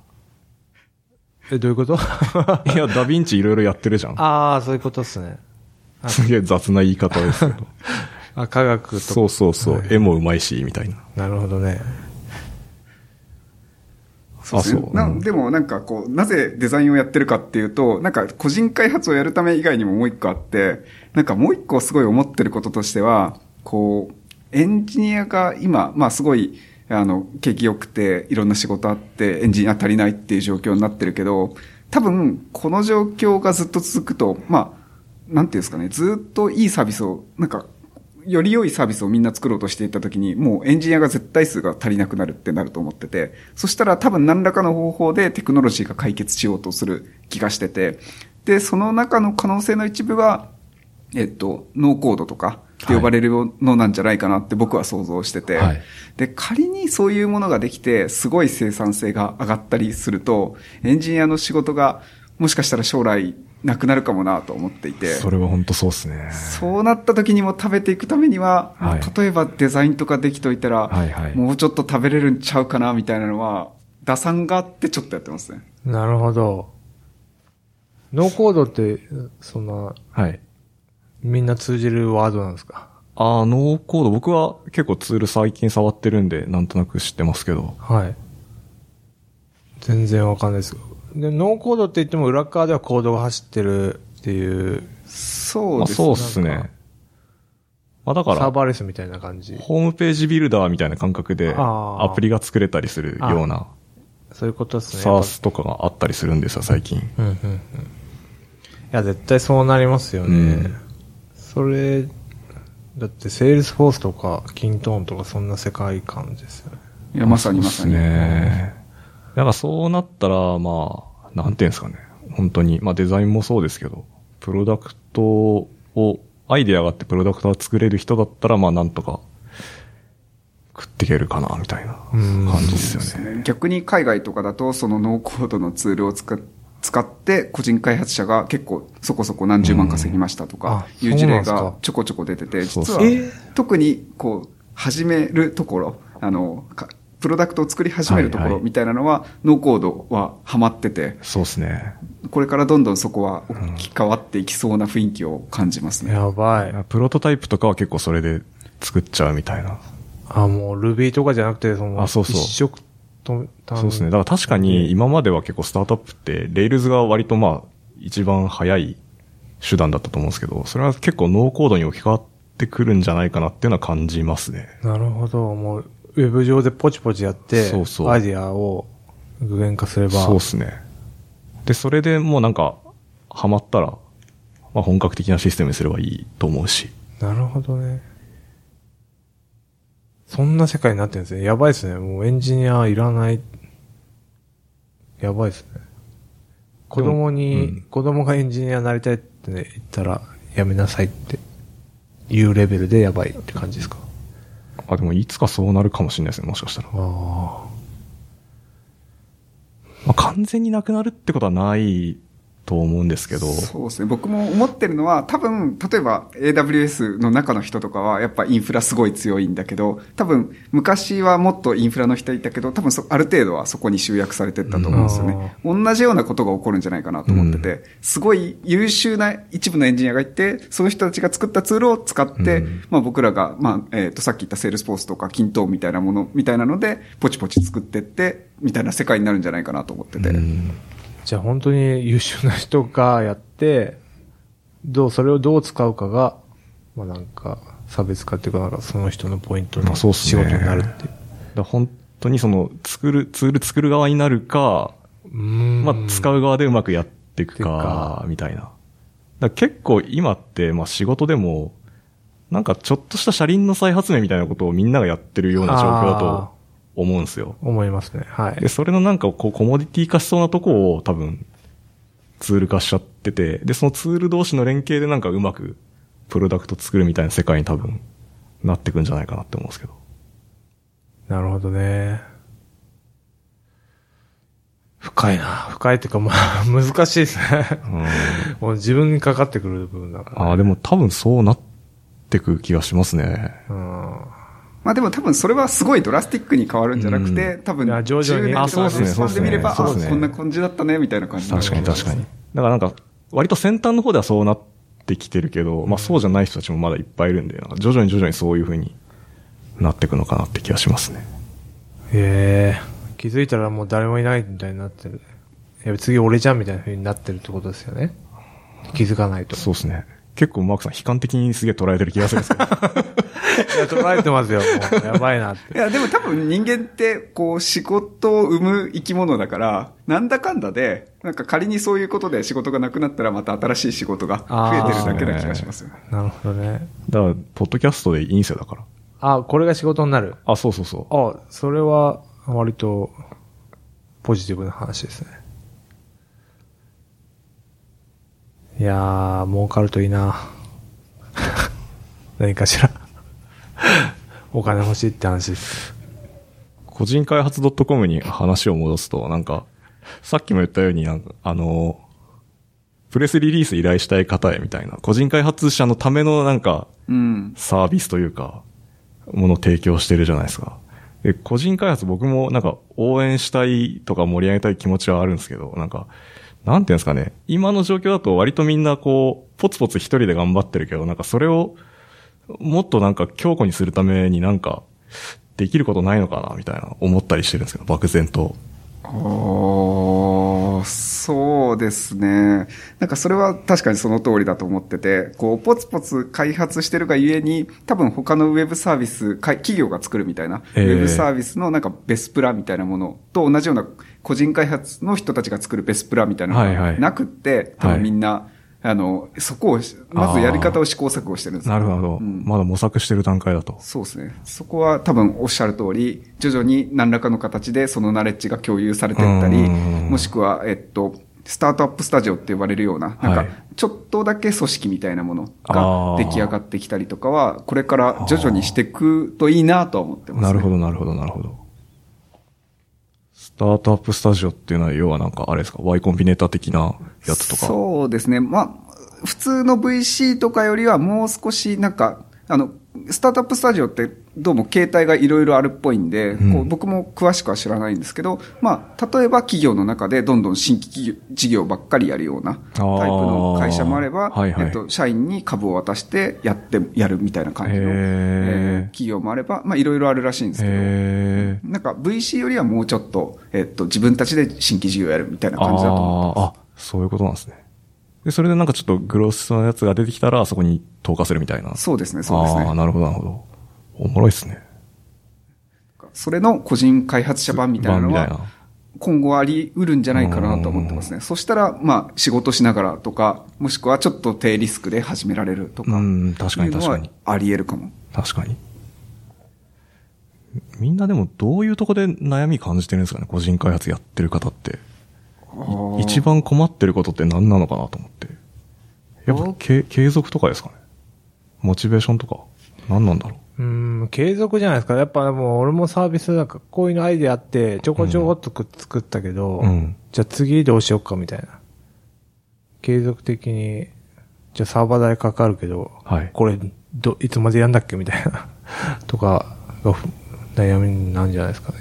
B: え、どういうこと あ
A: いや、ダ・ヴィンチいろいろやってるじゃん。
B: あ、そういうことっすね。
A: すげえ雑な言い方ですけど。
B: あ、科学とか。
A: そうそうそう、
B: はい
A: 絵もうまいし、みたいな。
B: なるほどね。
C: そうですね。な
A: うん
C: でもなんかこう、なぜデザインをやってるかっていうと、なんか個人開発をやるため以外にももう一個あって、なんかもう一個すごい思ってることとしては、こう、エンジニアが今、まあすごい、あの、景気良くて、いろんな仕事あって、エンジニア足りないっていう状況になってるけど、多分、この状況がずっと続くと、まあ、なんていうんですかね、ずっといいサービスを、なんか、より良いサービスをみんな作ろうとしていったときに、もうエンジニアが絶対数が足りなくなるってなると思ってて、そしたら多分何らかの方法でテクノロジーが解決しようとする気がしてて、で、その中の可能性の一部が、えっと、ノーコードとかって呼ばれるのなんじゃないかなって僕は想像してて、
A: はい
C: で、仮にそういうものができて、すごい生産性が上がったりすると、エンジニアの仕事がもしかしたら将来なくなるかもなと思っていて。
A: それは本当そうっすね。
C: そうなった時にも食べていくためには、
A: はい
C: 例えばデザインとかできといたら、
A: はいはい
C: もうちょっと食べれるんちゃうかなみたいなのは、打算があってちょっとやってますね。
B: なるほど。ノーコードって、そんな、
A: はい。
B: みんな通じるワードなんですか
A: あーノーコード、僕は結構ツール最近触ってるんで、なんとなく知ってますけど。
B: はい。全然わかんないです。で、ノーコードって言っても裏側ではコードが走ってるっていう、
C: そ
A: ま
C: う
A: あ
C: です
A: そうっす
B: なんか
A: ね。まあだか
B: サー
A: ら、
B: バーレスみたいな感じ。
A: ホームページビルダーみたいな感覚で、
B: あー
A: アプリが作れたりするような、
B: そういうことですね。
A: サースとかがあったりするんですよ、最近。
B: やっぱうんうんうん。いや、絶対そうなりますよね。
A: うん
B: それ、だって、セールスフォースとか、キントーンとか、そんな世界観ですよね。
C: いや、まさにま
A: そ
C: さ
A: う
C: に。
A: ですね。だからそうなったら、まあ、なんていうんですかね。本当に、まあデザインもそうですけど、プロダクトを、アイデアがあってプロダクトが作れる人だったら、まあなんとか、食っていけるかな、みたいな
B: うん
A: 感じですよね。
C: 逆に海外とかだと、そのノーコードのツールを使っ使って、個人開発者が結構そこそこ何十万稼ぎましたとか
B: うんあ
C: いう
B: そ
C: 事例
B: うなんです
C: が
B: か
C: ちょこちょこ出てて、
A: そう
C: 実
A: そう
C: は
B: え
C: 特にこう、始めるところ、あの、かプロダクトを作り始めるとこ
A: はい
C: ろ
A: はい
C: みたいなのは、ノーコードはハマってて、
A: そうですね。
C: これからどんどんそこは置き換わっていきそうな雰囲気を感じますね。
B: やばい。
A: プロトタイプとかは結構それで作っちゃうみたいな。
B: あ、もう Ruby とかじゃなくて、その、
A: あそうそう
B: 一色と、た
A: そうですね。だから確かに今までは結構スタートアップって、レールズが割とまあ、一番早い手段だったと思うんですけど、それは結構ノーコードに置き換わってくるんじゃないかなっていうのは感じますね。
B: なるほど。もう、ウェブ上でポチポチやって、
A: そうそう
B: アイディアを具現化すれば。
A: そうですね。で、それでもうなんか、ハマったら、まあ本格的なシステムにすればいいと思うし。
B: なるほどね。そんな世界になってるんですね。やばいですね。もうエンジニアいらない。やばいですね。子供に、
A: うん
B: 子供がエンジニアになりたいって、ね、言ったら、やめなさいっていうレベルでやばいって感じですか。
A: あ、でもいつかそうなるかもしれないですね、もしかしたら。
B: あ
A: まあ、完全になくなるってことはないと思うんですけど、
C: そうですね。僕も思ってるのは、多分、例えば AWS の中の人とかは、やっぱインフラすごい強いんだけど、多分、昔はもっとインフラの人いたけど、多分そ、ある程度はそこに集約されてったと思うんですよね。同じようなことが起こるんじゃないかなと思ってて、
A: う
C: すごい優秀な一部のエンジニアがいて、その人たちが作ったツールを使って、
A: うん
C: まあ僕らが、まあ、えっ、と、さっき言ったセールスポースとか、均等みたいなもの、みたいなので、ポチポチ作ってって、みたいな世界になるんじゃないかなと思ってて。
A: うん
B: じゃあ本当に優秀な人がやって、どう、それをどう使うかが、まあなんか、差別化っていうか、なんかその人のポイント
A: ま
B: の
A: あ
B: 仕
A: そうっす
B: 事
A: ね
B: になるっていう。
A: だから本当にその作る、ツール作る側になるか、
B: うん
A: まあ使う側でうまくやっていく
B: て
A: か
B: か、
A: みたいな。だから結構今って、まあ仕事でも、なんかちょっとした車輪の再発明みたいなことをみんながやってるような状況だと思うんですよ。
B: 思いますね。はい
A: で、。それのなんかこうコモディティ化しそうなとこを多分ツール化しちゃってて、で、そのツール同士の連携でなんかうまくプロダクト作るみたいな世界に多分なってくんじゃないかなって思うんですけど。
B: なるほどね。深いな。深いっていうか、まあ、 難しいで すね。
A: うん
B: もう自分にかかってくる部分だから。
A: ああ、でも多分そうなってく気がしますね。
B: うん。
C: まあでも多分それはすごいドラスティックに変わるんじゃなくて、多分
B: いや徐々に
C: 10年
B: あ
C: とか
B: そう
C: の
B: っすね
C: スパンで見れば、
A: そうっ
C: あ
A: すね
C: こんな感じだったね、みたいな感じ
A: 確かに
B: なるほど
A: 確かに。だからなんか、割と先端の方ではそうなってきてるけど、まあそうじゃない人たちもまだいっぱいいるんで、なんか徐々に徐々にそういう風になってくのかなって気がしますね。
B: へえ気づいたらもう誰もいないみたいになってる。いや次俺じゃんみたいな風になってるってことですよね。気づかないと。
A: そうですね。結構マークさん悲観的にすげえ捉えてる気がするんです けど。
B: いや、捉えてますよ。もうやばいなっ
C: い
B: て。
C: や、でも多分人間って、こう、仕事を生む生き物だから、なんだかんだで、なんか仮にそういうことで仕事がなくなったら、また新しい仕事が増えてるだけな気がしますよね。
B: なるほどね。
A: だから、ポッドキャストでいいんですよ、だから。
B: あ、これが仕事になる。
A: あ、そうそうそ
B: あ、それは割とポジティブな話ですね。いやー、儲かるといいな。 何かしら。お金欲しいって話です。
A: う。個人開発 .com に話を戻すと、なんか、さっきも言ったように、なんか、あの、プレスリリース依頼したい方へみたいな、個人開発者のためのなんか、
C: うん。
A: サービスというか、ものを提供してるじゃないですか。で、個人開発僕もなんか応援したいとか盛り上げたい気持ちはあるんですけど、なんか、なんていうんですかね、今の状況だと割とみんなこう、ポツポツ一人で頑張ってるけど、なんかそれを、もっとなんか強固にするためになんか、できることないのかな、みたいな思ったりしてるんですけど、漠然と。
C: おーそうですね。なんかそれは確かにその通りだと思ってて、こう、ポツポツ開発してるがゆえに、多分他のウェブサービス、か企業が作るみたいな、
A: ええ
C: ウェブサービスのなんかベスプラみたいなものと同じような個人開発の人たちが作るベスプラみたいなの
A: はいは
C: が
A: い
C: なくって、多
A: はい
C: 分みんな、あの、そこをし、まずやり方を試行錯誤してるんですよ
A: なるほど。
C: うん
A: まだ模索してる段階だと。
C: そうですね。そこは多分おっしゃる通り、徐々に何らかの形でそのナレッジが共有されてったり、
A: うん
C: もしくは、えっと、スタートアップスタジオって呼ばれるような、なん
A: はい
C: か、ちょっとだけ組織みたいなもの
A: あ
C: が
A: ー
C: 出来上がってきたりとかは、これから徐々にしていくといいなとは思ってます、ね。
A: なるほど、なるほど、なるほど。スタートアップスタジオっていうのは、要はなんか、あれですか、Y コンビネーター的なやつとか。
C: そうですね。まあ、普通の VC とかよりはもう少しなんか、あの、スタートアップスタジオってどうも形態がいろいろあるっぽいんで、
A: うん
C: こう僕も詳しくは知らないんですけど、まあ、例えば企業の中でどんどん新規企業事業ばっかりやるようなタイプの会社もあれば、
A: あーはいはい
C: えっと、社員に株を渡してやって、やるみたいな感じの、
A: へー
C: えー企業もあれば、まあ、いろいろあるらしいんですけど、
A: へー
C: なんか VC よりはもうちょっと、えっと、自分たちで新規事業やるみたいな感じだと思ってます
A: あーあ、そういうことなんですね。で、それでなんかちょっとグロスのやつが出てきたら、そこに投下するみたいな。
C: そうですね、そうです
A: ああ、
C: ね。
A: なるほど、なるほど。おもろいっすね。
C: それの個人開発者版みたいな
A: 版
C: の
A: みたい
C: は
A: な、
C: 今後あり得るんじゃないかなと思ってますね。そしたら、まあ、仕事しながらとか、もしくはちょっと低リスクで始められるとか、
A: うん確かに
C: いうのは
A: 確かに
C: あり得るかも。
A: 確かに。みんなでもどういうとこで悩み感じてるんですかね、個人開発やってる方って。
C: あー
A: 一番困ってることって何なのかなと思って。やっぱけ継続とかですかね。モチベーションとか。何なんだろ
B: うーん、継続じゃないですか。やっぱもう俺もサービスなんかこういうのアイデアあって、ちょこちょこっとく作ったけど、
A: うん
B: じゃあ次どうしよっかみたいな。継続的に、じゃあサーバー代かかるけど、
A: はい
B: これど、いつまでやんだっけみたいな、とかがふ悩みなんじゃないですかね。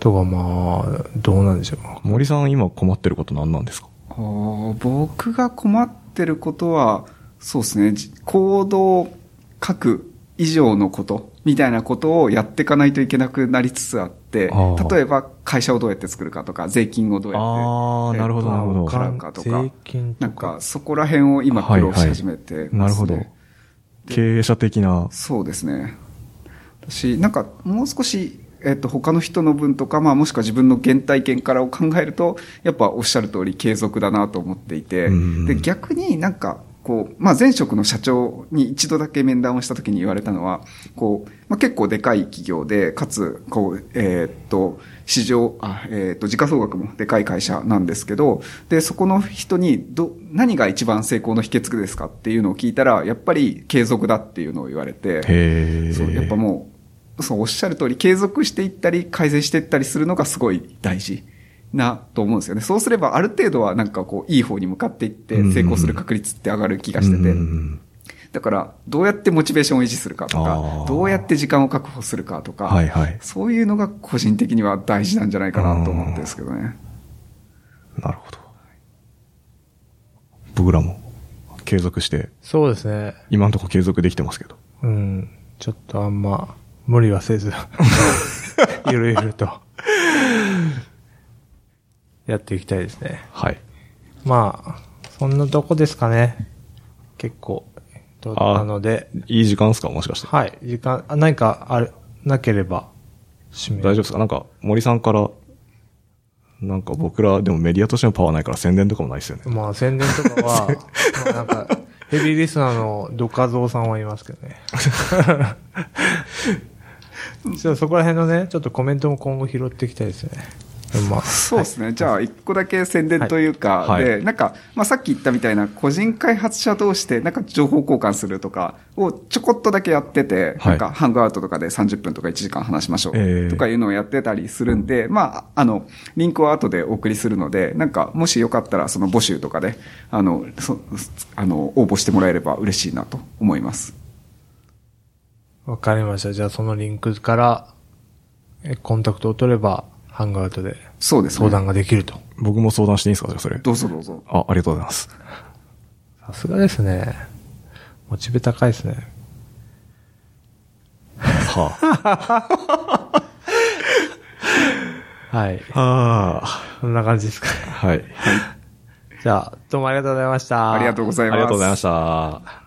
B: とかまあ、どうなんでしょう。
A: 森さん今困ってること何なんですか
C: あー僕が困ってることは、そうですね、じ行動を書く以上のこと、みたいなことをやっていかないといけなくなりつつあって
A: あー、
C: 例えば会社をどうやって作るかとか、税金をどうやって。
A: あーなるほどなるほど
C: カラーかとか
B: 税金と
C: なん
B: か
C: か、。そこら辺を今苦労し始めて
A: な
C: ま
A: る
C: す
A: ほ
C: ね、
A: ど。経営者的な。
C: そうですね。私、なんか、もう少し、えっと、他の人の分とか、まあ、もしくは自分の原体験からを考えると、やっぱおっしゃる通り継続だなと思っていて、
A: うん
C: で、逆になんか、こう、まあ、前職の社長に一度だけ面談をした時に言われたのは、こう、まあ、結構でかい企業で、かつ、こう、えーっと、市場、あ、えーっと、時価総額もでかい会社なんですけど、で、そこの人に、ど、何が一番成功の秘訣ですかっていうのを聞いたら、やっぱり継続だっていうのを言われて、
A: へえ。
C: そう、やっぱもう、そう、おっしゃる通り、継続していったり、改善していったりするのがすごい大事なと思うんですよね。そうすれば、ある程度はなんかこう、いい方に向かっていって
A: うん、
C: 成功する確率って上がる気がしてて。
A: うん
C: だから、どうやってモチベーションを維持するかと
A: あ
C: か
A: ー、
C: どうやって時間を確保するかとか、
A: はいはい。
C: そういうのが個人的には大事なんじゃないかなと思ってるんですけどね。
A: なるほど。僕らも継続して、
B: そうですね。
A: 今のところ継続できてますけど。
B: うん。ちょっとあんま、無理はせ ず、ゆるゆると、やっていきたいですね。
A: はい。
B: まあ、そんなとこですかね。結構、と
A: あ
B: なので、
A: いい時間ですかもしかして。
B: はい、時間、あ何かある、なければ、締め。
A: 大丈夫ですかなんか、森さんから、なんか僕ら、でもメディアとしてのパワーないから宣伝とかもないですよね。
B: まあ、宣伝とか は、まあなんか、ヘビーリスナーのドカゾウさんはいますけど ね。ちょっとそこら辺のね、ちょっとコメントも今後拾っていきたいですね。まあ、
C: そうですね。じゃあ、一個だけ宣伝というか、
A: はいは
C: で、なんか、まあ、さっき言ったみたいな、個人開発者同士で、なんか情報交換するとかをちょこっとだけやってて、
A: はい
C: なんか、ハングアウトとかで30分とか1時間話しましょ
A: ええ
C: うとかいうのをやってたりするんで、まあ、あの、リンクは後でお送りするので、なんか、もしよかったら、その募集とかで、あの、そあの、応募してもらえれば嬉しいなと思います。
B: わかりました。じゃあそのリンクから、えコンタクトを取れば、ハングアウトで
C: そうですね。
B: 相談ができると。
A: 僕も相談していいですかじゃあそれ。
C: どうぞどうぞ。
A: あ、ありがとうございます。
B: さすがですね。モチベ高いですね。
A: は
B: はい。
A: あ。は
B: こんな感じですかね。
A: あ。はい。
B: じゃあ、どうもありがとうございました。
C: ありがとうござい
A: あ
C: ます。
A: りがとうございました。